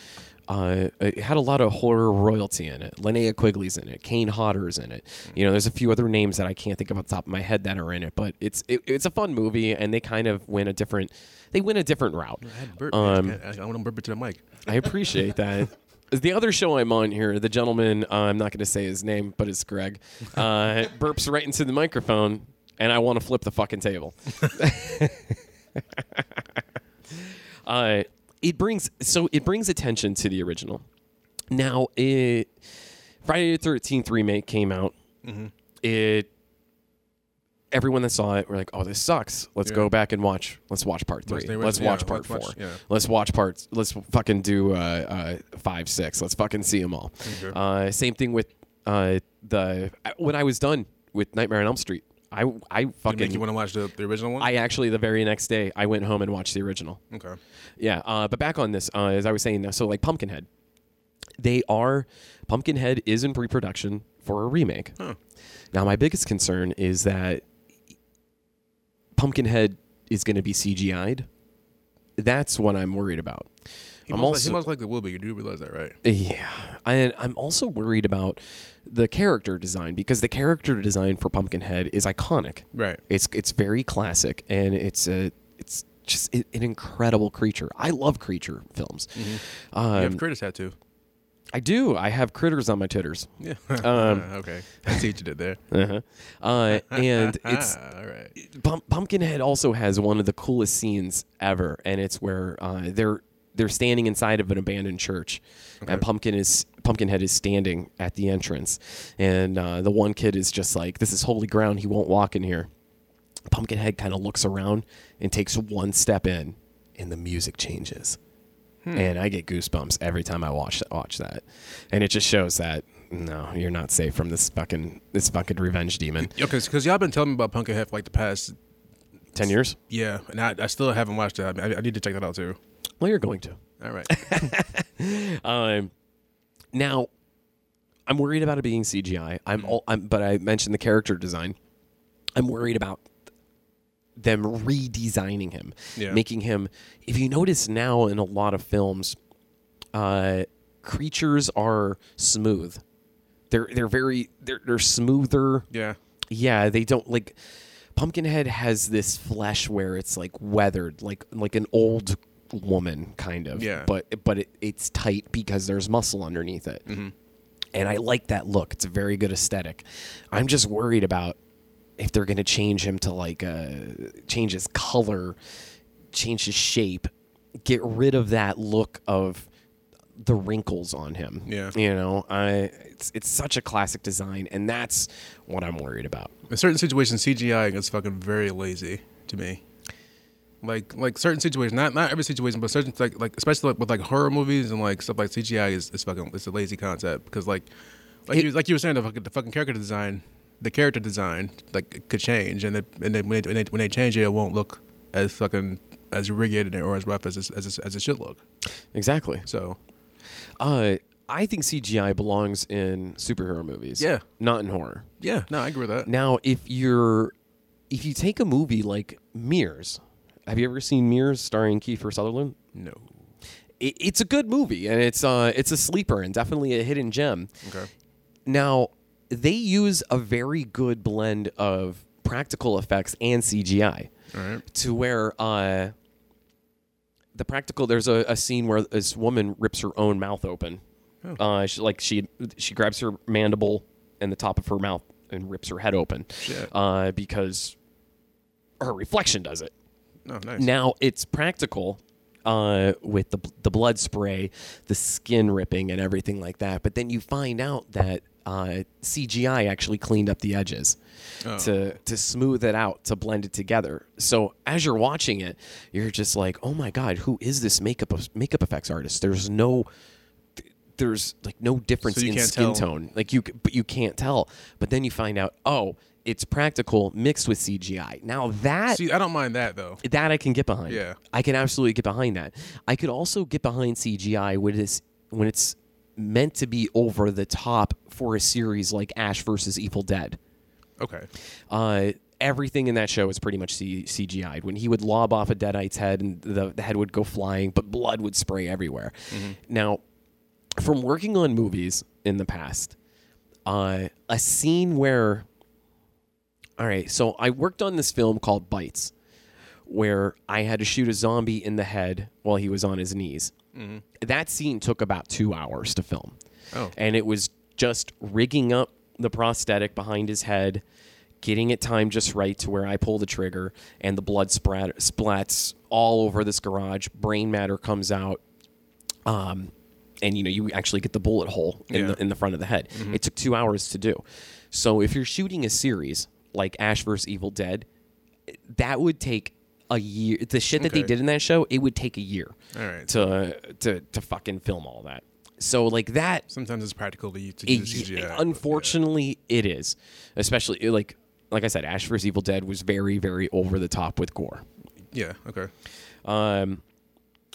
uh, it had a lot of horror royalty in it. Linnea Quigley's in it. Kane Hodder's in it. You know, there's a few other names that I can't think of off the top of my head that are in it, but it's it, it's a fun movie, and they kind of went a different they went a different route. Burp, Um, I, I want to burp it to the mic. I appreciate that. The other show I'm on here, the gentleman, uh, I'm not going to say his name, but it's Greg, uh, burps right into the microphone, and I want to flip the fucking table. uh, it brings so it brings attention to the original. Now, it, Friday the Thirteenth remake came out. Mm-hmm. It everyone that saw it were like, "Oh, this sucks. Let's go back and watch. Let's watch part three. they- Let's yeah, watch part let's watch- four. yeah. Let's watch parts. Let's fucking do uh, uh, five, six. Let's fucking see them all. Uh, same thing with uh, the when I was done with Nightmare on Elm Street, I I Did it make you fucking want to watch the, the original one? I actually the very next day I went home and watched the original. okay. Yeah, uh, but back on this, uh, as I was saying, so like Pumpkinhead, they are Pumpkinhead is in pre-production for a remake. Now, my biggest concern is that Pumpkinhead is going to be CGI'd. That's what I'm worried about. He, I'm most, also he most likely will be. You do realize that, right? yeah, and I'm also worried about the character design because the character design for Pumpkinhead is iconic. Right. It's it's very classic, and it's a it's just a- an incredible creature. I love creature films. you Um, have Curtis had to. I do. I have critters on my titters. Yeah. Um, okay. I see what you did there. Uh-huh. Uh, and it's Ah, all right. Pump- Pumpkinhead also has one of the coolest scenes ever, and it's where uh, they're they're standing inside of an abandoned church, and Pumpkin is Pumpkinhead is standing at the entrance, and uh, the one kid is just like, "This is holy ground. He won't walk in here." Pumpkinhead kind of looks around and takes one step in, and the music changes, and I get goosebumps every time I watch watch that, and it just shows that no, you're not safe from this fucking this fucking revenge demon. because y'all been telling me about Pumpkinhead for like the past Ten years? yeah, and I, I still haven't watched that. I, I need to check that out too. Well, you're going to. All right, Um, now, I'm worried about it being CGI. I'm, all, I'm, but I mentioned the character design. I'm worried about them redesigning him, Yeah. making him. If you notice now in a lot of films, uh, creatures are smooth. They're they're very they're they're smoother. yeah, Yeah, they don't like Pumpkinhead has this flesh where it's like weathered, like like an old woman kind of. Yeah. But but it, it's tight because there's muscle underneath it. Mm-hmm. And I like that look. It's a very good aesthetic. I'm just worried about if they're going to change him to like uh change his color, change his shape, get rid of that look of the wrinkles on him. Yeah. You know, I it's it's such a classic design and that's what I'm worried about. in certain situations, CGI gets fucking very lazy to me. Like like certain situations, not not every situation, but certain like like especially like, with like horror movies and like stuff like CGI is, is fucking it's a lazy concept because like like you like you were saying the fucking, the fucking character design the character design like it could change and it, and then when they, when they when they change it it won't look as fucking as rigged or as rough as it's- as it's- as it should look. Exactly. So Uh I think CGI belongs in superhero movies. Yeah. Not in horror. yeah, no, I agree with that. Now if you're if you take a movie like Mirrors, have you ever seen Mirrors starring Kiefer Sutherland? No. it, it's a good movie and it's uh it's a sleeper and definitely a hidden gem. Okay. Now they use a very good blend of practical effects and CGI All right. to where uh the practical there's a, a scene where this woman rips her own mouth open. Uh, she, like she she grabs her mandible and the top of her mouth and rips her head open. Shit. Uh, because her reflection does it. No, nice. Now it's practical uh, with the the blood spray, the skin ripping, and everything like that. But then you find out that uh, CGI actually cleaned up the edges Oh. to to smooth it out, to blend it together. So as you're watching it, you're just like, oh my god, who is this makeup makeup effects artist? There's no there's like no difference So you in can't skin tell. tone. Like you, c- but you can't tell. But then you find out, oh, it's practical mixed with CGI. Now that See, I don't mind that though. that I can get behind. Yeah. I can absolutely get behind that. I could also get behind CGI when it's when it's meant to be over the top for a series like Ash versus Evil Dead. Okay. Uh, everything in that show is pretty much C- CGI'd. When he would lob off a Deadite's head and the, the head would go flying, but blood would spray everywhere. Now, from working on movies in the past, uh, a scene where. All right, so I worked on this film called Bites, where I had to shoot a zombie in the head while he was on his knees. That scene took about two hours to film. Mm-hmm. Oh. And it was just rigging up the prosthetic behind his head, getting it timed just right to where I pull the trigger and the blood sprat- splats all over this garage. Brain matter comes out. Um, and you know you actually get the bullet hole in, Yeah. Mm-hmm. the, in the front of the head. It took two hours to do. So if you're shooting a series like Ash vs Evil Dead, that would take a year. The shit that they Okay. did in that show, it would take a year All right. to to to fucking film all that. So like that Sometimes it's practical to use to it- use CGI. but, yeah. unfortunately it is especially it, like like i said ash vs evil dead was very very over the top with gore Yeah. Okay. um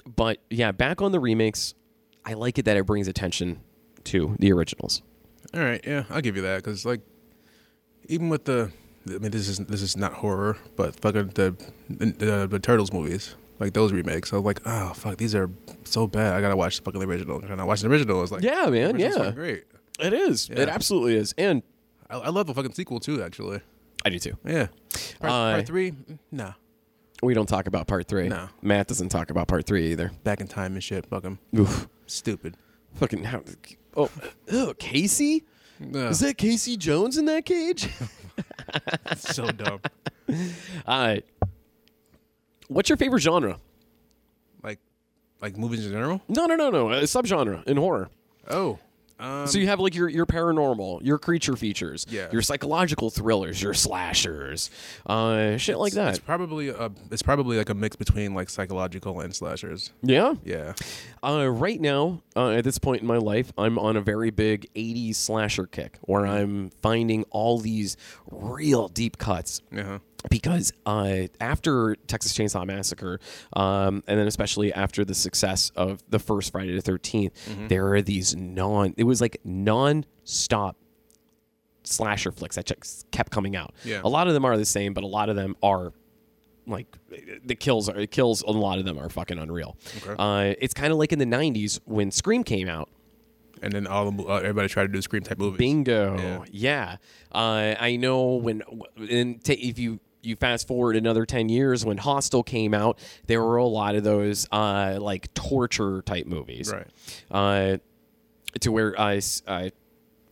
but yeah back on the remakes i like it that it brings attention to the originals All right. Yeah, I'll give you that because like, even with the, I mean, this is this is not horror, but fucking the the, the turtles movies, like those remakes. I was like, oh fuck, these are so bad. I gotta watch the fucking original. And I watched the original. I was like, Yeah, man, the original's yeah. fucking great. it is Yeah. it absolutely is and I, I love the fucking sequel too, actually. i do too Yeah. Part, part Uh, three, Mm, nah. we don't talk about part three No. matt doesn't talk about part three either Back in time and shit. Fuck 'em. Oof. Stupid. fucking how oh ugh, casey Ugh, is that casey jones in that cage so dumb. uh, what's your favorite genre Like, like movies in general. No, no, no, no. A subgenre in uh, horror. Oh. so you have like your your paranormal, your creature features, Yeah. your psychological thrillers, your slashers, uh, shit like that. It's probably a, it's probably like a mix between like psychological and slashers. yeah. Yeah. Uh, right now, uh, at this point in my life, I'm on a very big 80s slasher kick where I'm finding all these real deep cuts. Uh-huh. Because uh, after Texas Chainsaw Massacre, um, and then especially after the success of the first Friday the 13th, there are these non, it was like non stop slasher flicks that just kept coming out. Yeah. A lot of them are the same, but a lot of them are like the kills are kills a lot of them are fucking unreal. Uh, it's kind of like in the 90s when Scream came out. And then all the, mo- uh, everybody tried to do scream type movies. Bingo. Yeah. Yeah. Uh, I know when and ta if you you fast forward another 10 years when Hostel came out, there were a lot of those uh, like torture type movies. Right. Uh, to where I, s- I-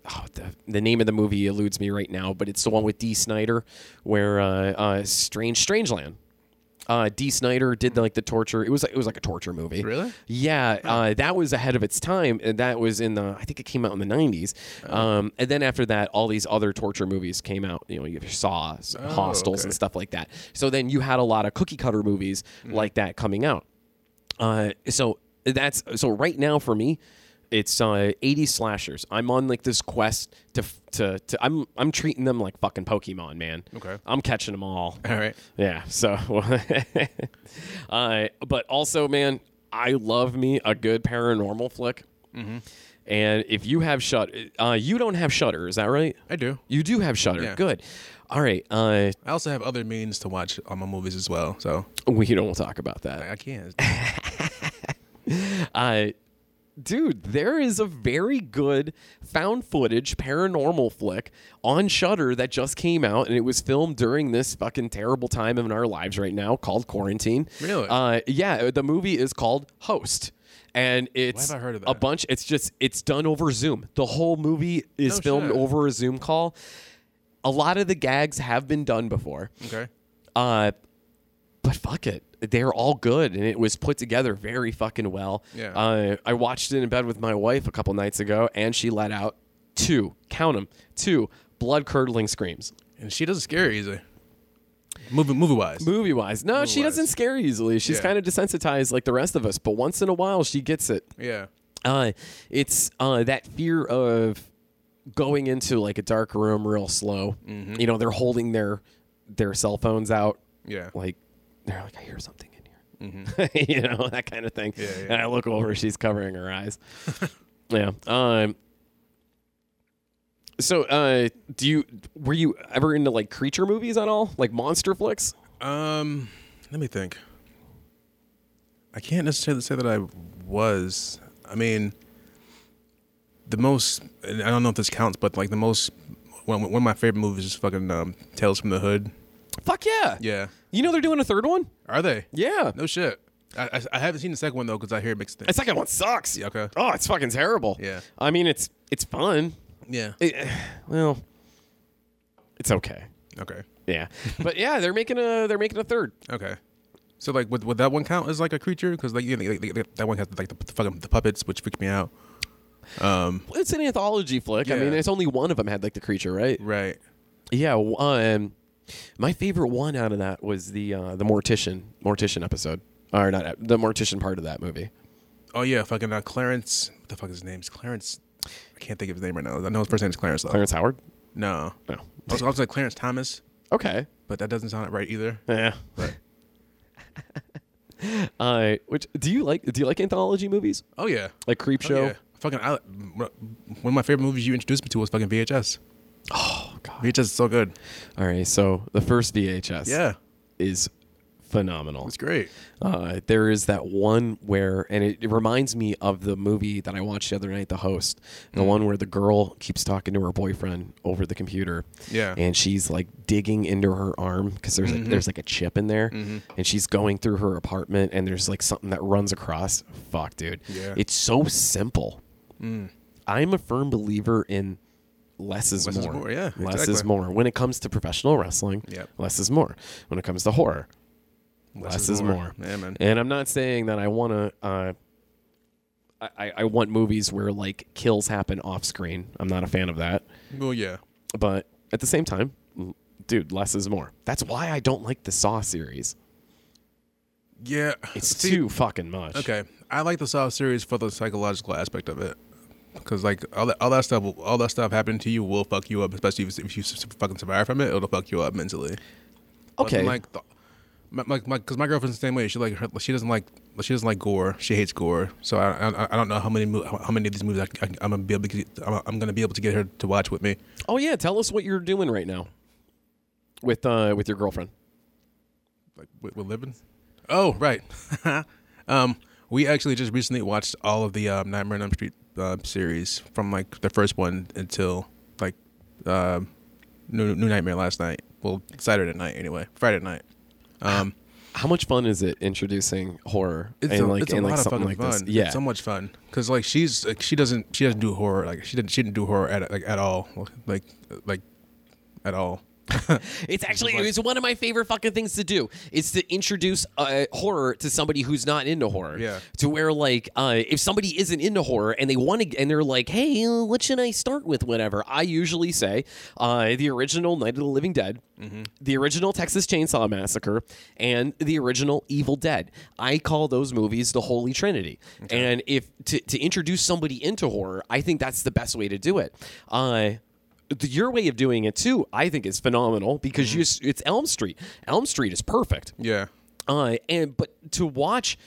oh, the, the name of the movie eludes me right now, but it's the one with D. Snyder where uh, uh, Strange Strangeland. Uh, D. Snyder did like the torture. It was it was like a torture movie. Really? Yeah, uh, that was ahead of its time. And that was in the I think it came out in the '90s. Oh. Um, and then after that, all these other torture movies came out. You know, you have Saw, Hostels, and Oh, okay. Mm. stuff like that. So then you had a lot of cookie cutter movies like that coming out. Uh, so that's so right now for me, it's uh, 80 slashers. I'm on like this quest to, f- to to I'm I'm treating them like fucking Pokemon, man. Okay. I'm catching them all. All right. Yeah. So, uh, but also, man, I love me a good paranormal flick. Mm-hmm. And if you have shut, uh, you don't have shutter, is that right? I do. You do have shutter. Yeah. Good. All right. Uh, I also have other means to watch all my movies as well. So we don't talk about that. I can't. Uh, dude, there is a very good found footage paranormal flick on Shutter that just came out, and it was filmed during this fucking terrible time in our lives right now called quarantine. Really? Uh, yeah, the movie is called Host. And it's have I heard of a that? bunch. It's just it's done over Zoom. The whole movie is No filmed shit. over a Zoom call. A lot of the gags have been done before. okay. Uh, but fuck it, they're all good, and it was put together very fucking well. Yeah. Uh, I watched it in bed with my wife a couple nights ago, and she let out two, count them, two blood curdling screams. And she doesn't scare easily. Movie movie wise. Movie wise, no, she Movie-wise. doesn't scare easily. She's Yeah. kind of desensitized like the rest of us, but once in a while she gets it. Yeah. Uh, it's uh, that fear of going into like a dark room real slow. Mm-hmm. You know, they're holding their their cell phones out Yeah. like they're like, I hear something in here, you know, that kind of thing. Mm-hmm. yeah. And I look over, she's covering her eyes. yeah. Um. So, uh, do you were you ever into like creature movies at all, like monster flicks? Um, let me think. I can't necessarily say that I was. I mean, the most. And I don't know if this counts, but like the most. One, one of my favorite movies is fucking um, Tales from the Hood. Fuck yeah. Yeah. You know they're doing a third one. Are they? Yeah. No shit. I, I, I haven't seen the second one though because I hear mixed The things. second one sucks. Yeah, okay. Oh, it's fucking terrible. Yeah. I mean, it's it's fun. Yeah. It- well, it's okay. Okay. Yeah. but yeah, they're making a they're making a third. Okay. So like, would, would that one count as like a creature? Because like, you know, like, like, that one has like the, the fucking the puppets, which freaked me out. It's an anthology flick. I Yeah. mean, it's only one of them had like the creature, right? Right. Yeah. w- Um, my favorite one out of that was the uh, the mortician mortician episode, or not ep- the mortician part of that movie. Oh yeah, fucking uh, Clarence. What the fuck is his name? It's Clarence. I can't think of his name right now. I know his first name is Clarence. Though. Clarence Howard. No. No. I was going to say Clarence Thomas, Okay. but that doesn't sound right either. Yeah. But Uh, which do you like? Do you like anthology movies oh yeah, like Creep Oh, Show? yeah. Fucking I, one of my favorite movies you introduced me to was fucking VHS. Oh God. VHS is so good. All right. So the first VHS. Yeah, Is phenomenal. it's great. Uh, there is that one where, and it, it reminds me of the movie that I watched the other night, The Host, the Mm. one where the girl keeps talking to her boyfriend over the computer. Yeah. Mm-hmm. And she's like digging into her arm because there's like, there's like a chip in there, and she's going through her apartment, and there's like something that runs across. Fuck, dude. Yeah. Mm. It's so simple. I'm a firm believer in less is Less is more. more, yeah, Less is exactly. more. When it comes to professional wrestling, Yep. less is more. When it comes to horror, less, is, more. Yeah, man. And I'm not saying that I want to. Uh, I- I, I want movies where like kills happen off screen. I'm not a fan of that. Well, yeah. But at the same time, l- dude, less is more. That's why I don't like the Saw series. Yeah. It's See, too fucking much. Okay, I like the Saw series for the psychological aspect of it, because like all that, all that stuff, will- all that stuff happening to you will fuck you up, especially if, if you s- fucking survive from it. It'll fuck you up mentally. But then, Okay. like, the, my, my, my, cause my girlfriend's the same way. She like her, she doesn't like she doesn't like gore. She hates gore. So I I, I don't know how many mo- how many of these movies I, I, I'm gonna be able to get, I'm, I'm gonna be able to get her to watch with me. Oh yeah, tell us what you're doing right now with uh with your girlfriend. Like we're, we're living. Oh right. um, we actually just recently watched all of the um, Nightmare on Elm Street uh, series from like the first one until like uh, New New Nightmare last night. Well, Saturday night anyway. Friday night. Um, How much fun is it introducing horror it's and a, like it's a and lot like of something fucking like fun. this? Yeah. It's so much fun because like she's like she doesn't she doesn't do horror like she didn't she didn't do horror at like at all like like at all. It's actually it's one of my favorite fucking things to do. It's to introduce uh, horror to somebody who's not into horror. Yeah. To where like uh, if somebody isn't into horror and they want to and they're like, hey, uh, what should I start with? Whatever. I usually say uh, the original Night of the Living Dead, the original Texas Chainsaw Massacre, and the original Evil Dead. I call those movies the Holy Trinity. And if to, to introduce somebody into horror, I think that's the best way to do it. Uh, the, your way of doing it too, I think, is phenomenal because you s it's Elm Street. Elm Street is perfect. Yeah. Uh, and but to watch.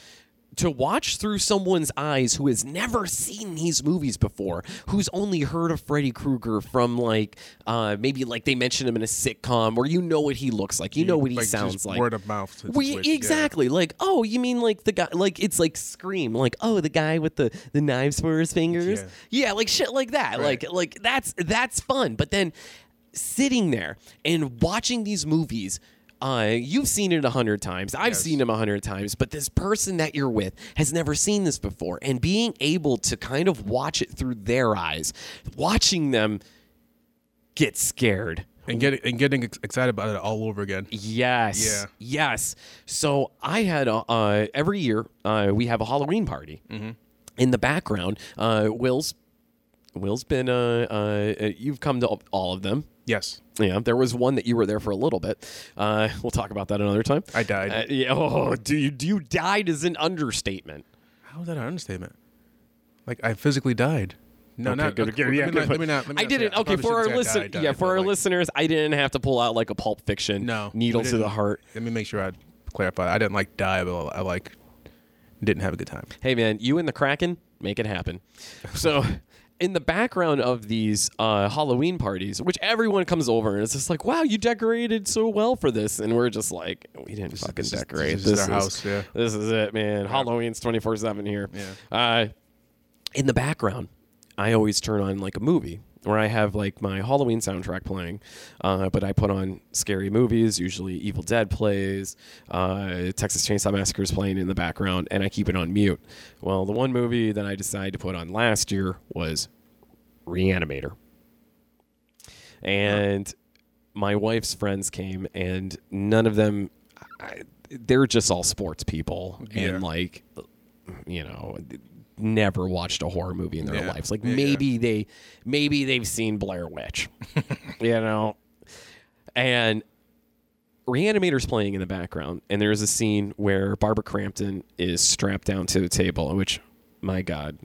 To watch through someone's eyes who has never seen these movies before, who's only heard of Freddy Krueger from like uh, maybe like they mentioned him in a sitcom, where you know what he looks like, you, know what he like, just sounds like, word of mouth to We, switch, yeah. exactly like oh, you mean like the guy like it's like Scream, like oh the guy with the the knives for his fingers, Yeah. yeah, like shit like that. Like like that's that's fun. But then sitting there and watching these movies uh, you've seen it a hundred times. I've seen them a hundred times, but this person that you're with has never seen this before. And being able to kind of watch it through their eyes, watching them get scared. And getting and getting ex- excited about it all over again. Yes. Yes. So I had a, uh, every year uh, we have a Halloween party. Mm-hmm. In the background, uh, Will's Will's been uh, uh, you've come to all of them. Yes. Yeah, there was one that you were there for a little bit. Uh, we'll talk about that another time. I died. Uh, yeah. Oh, do you do you died is an understatement. How is that an understatement? Like I physically died. No, Okay, not good. okay, Yeah, let, yeah, me good not, let me not. let me I not say didn't. that. I Okay, probably for our shouldn't say I listen, died, yeah, but, for our like, listeners, I didn't have to pull out like a Pulp Fiction. No, we needle to the didn't. heart. Let me make sure I clarify. I didn't like die, but I like didn't have a good time. hey man, you and the Kraken, make it happen. So in the background of these uh, Halloween parties, which everyone comes over and it's just like, wow, you decorated so well for this, and we're just like, we didn't fucking this is- decorate. this is this, our is- house, yeah. This is it, man. Halloween's twenty four seven here. Yeah. Uh, in the background, I always turn on like a movie where I have like my Halloween soundtrack playing, uh, but I put on scary movies. Usually, Evil Dead plays, uh, Texas Chainsaw Massacre is playing in the background, and I keep it on mute. Well, the one movie that I decided to put on last year was Reanimator, and my wife's friends came, and none of them. I, they're just all sports people, Yeah. and like, you know, never watched a horror movie in their Yeah. lives. Like Yeah, yeah. maybe they maybe they've seen Blair Witch. you know. And Reanimator's playing in the background and there's a scene where Barbara Crampton is strapped down to a table, which my god,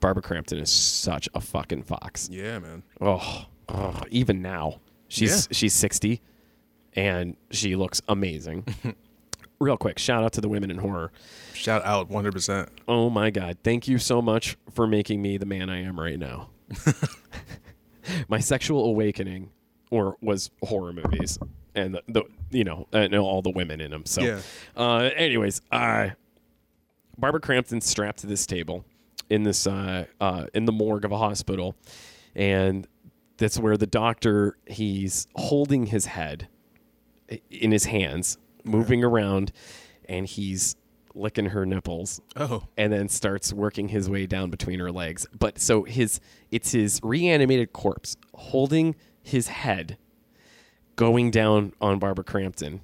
Barbara Crampton is such a fucking fox. Yeah, man. Oh, oh, even now. She's she's 60 and she looks amazing. Real quick, shout out to the women in horror. Shout out 100. percent Oh my God. Thank you so much for making me the man I am right now. my sexual awakening or was horror movies and the, the you know, and all the women in them. So, Yeah. uh, anyways, uh, Barbara Crampton's strapped to this table in this uh, uh, in the morgue of a hospital, and that's where the doctor he's holding his head i- in his hands, moving around, and he's licking her nipples Oh, and then starts working his way down between her legs. But so his it's his reanimated corpse holding his head going down on Barbara Crampton.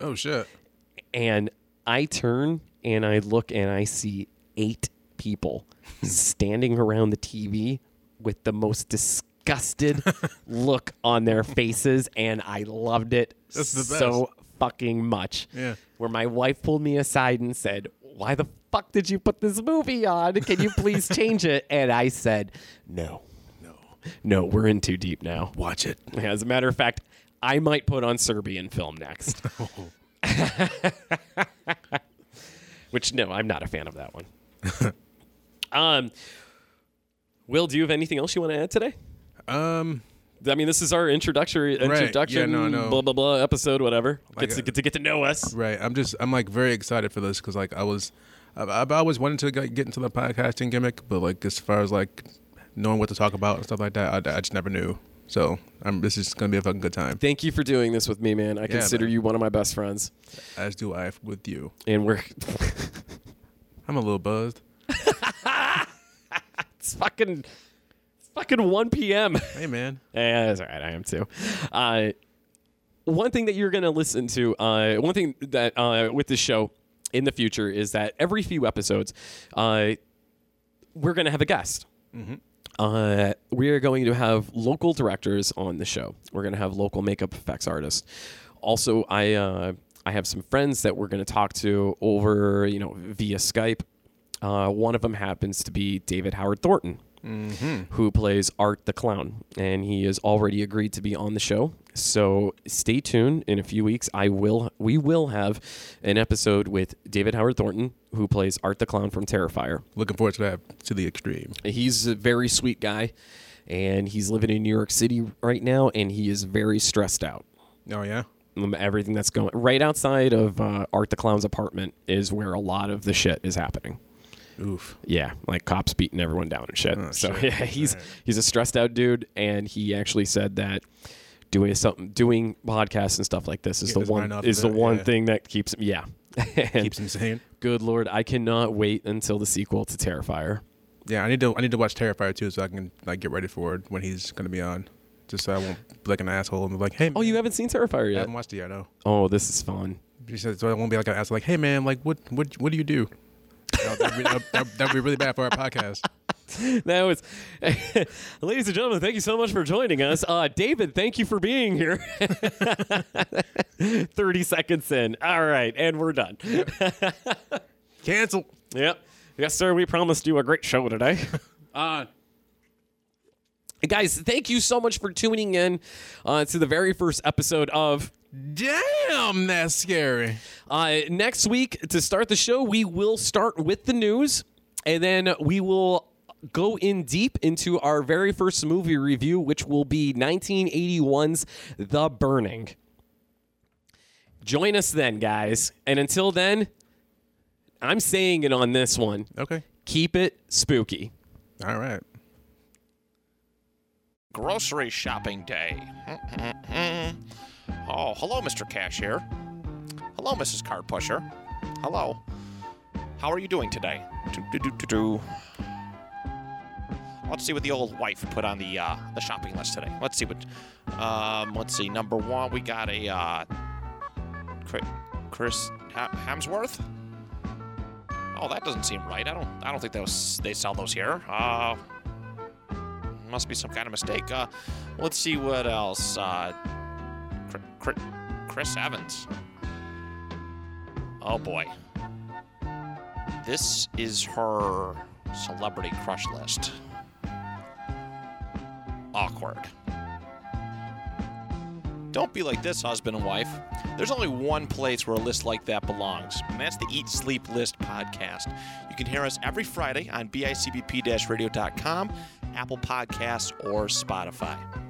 oh shit. And I turn and I look and I see eight people standing around the TV with the most disgusted look on their faces, and I loved it That's the so fucking much. Yeah. Where my wife pulled me aside and said, Why the fuck did you put this movie on? Can you please change it? And I said, No. No. No, we're in too deep now. Watch it. As a matter of fact, I might put on Serbian film next. Which no, I'm not a fan of that one. um, Will, do you have anything else you want to add today? Um, I mean, this is our introductory Yeah, introduction, no, I know. blah blah blah episode, whatever. Like Gets a- to, get to get to know us. right. I'm just I'm like very excited for this because like I was I've, I've always wanted to like, get into the podcasting gimmick, but like as far as like knowing what to talk about and stuff like that, I, I just never knew. So I'm, this is gonna be a fucking good time, Thank you for doing this with me, man. I consider man. you one of my best friends, as do I with you. and we're I'm a little buzzed. it's fucking it's fucking 1 p.m. Hey man, Yeah, Eh, that's all right. I am too. Uh, one thing that you're going to listen to, uh, one thing that uh, with this show in the future is that every few episodes, uh, we're going to have a guest. Uh, we are going to have local directors on the show. We're going to have local makeup effects artists. Also, I uh, I have some friends that we're going to talk to over you know via Skype. Uh, one of them happens to be David Howard Thornton, who plays Art the Clown, and he has already agreed to be on the show. So stay tuned. In a few weeks, I will we will have an episode with David Howard Thornton, who plays Art the Clown from Terrifier looking forward to that to the extreme. he's a very sweet guy and he's living in new york city right now and he is very stressed out Oh yeah, Um, everything that's going right outside of uh, art the clown's apartment is where a lot of the shit is happening oof. yeah like cops beating everyone down and shit so shit. yeah he's he's a stressed out dude and he actually said that doing something doing podcasts and stuff like this is Get his the one mind off is the of it, one yeah. thing that keeps him yeah And Keeps insane. good lord i cannot wait until the sequel to terrifier Yeah, I need to I need to watch Terrifier too, so I can like get ready for it when he's gonna be on, just so I won't be like an asshole and be like, hey. oh you haven't seen terrifier I yet haven't watched it yet. No. oh this is fun She said, so I won't be like an asshole. Like, hey man, like what what what do you do? That would be, that'd- that'd be really bad for our podcast. that was ladies and gentlemen thank you so much for joining us uh, david thank you for being here 30 seconds in all right and we're done Cancel. yep yes sir we promised you a great show today uh, guys thank you so much for tuning in uh, to the very first episode of Damn, that's scary. Uh, next week, to start the show, we will start with the news and then we will go in deep into our very first movie review, which will be 1981's The Burning. Join us then, guys. And until then, I'm saying it on this one Okay. keep it spooky. All right. Grocery shopping day. oh, hello, Mr. Cashier. Hello, Mrs. Card Pusher. Hello. How are you doing today? Do-do-do-do-do. Let's see what the old wife put on the uh, the shopping list today. Let's see what. Um, let's see. Number one, we got a uh, Chri- Chris Ha- Hemsworth. Oh, that doesn't seem right. I don't. I don't think that was, they sell those here. Uh, must be some kind of mistake. Uh, let's see what else. Uh, Cr- Cr- Chris Evans. Oh boy. This is her celebrity crush list. Awkward. Don't be like this, husband and wife. There's only one place where a list like that belongs, and that's the Eat Sleep List podcast. You can hear us every Friday on bicbp-radio.com, Apple Podcasts, or Spotify.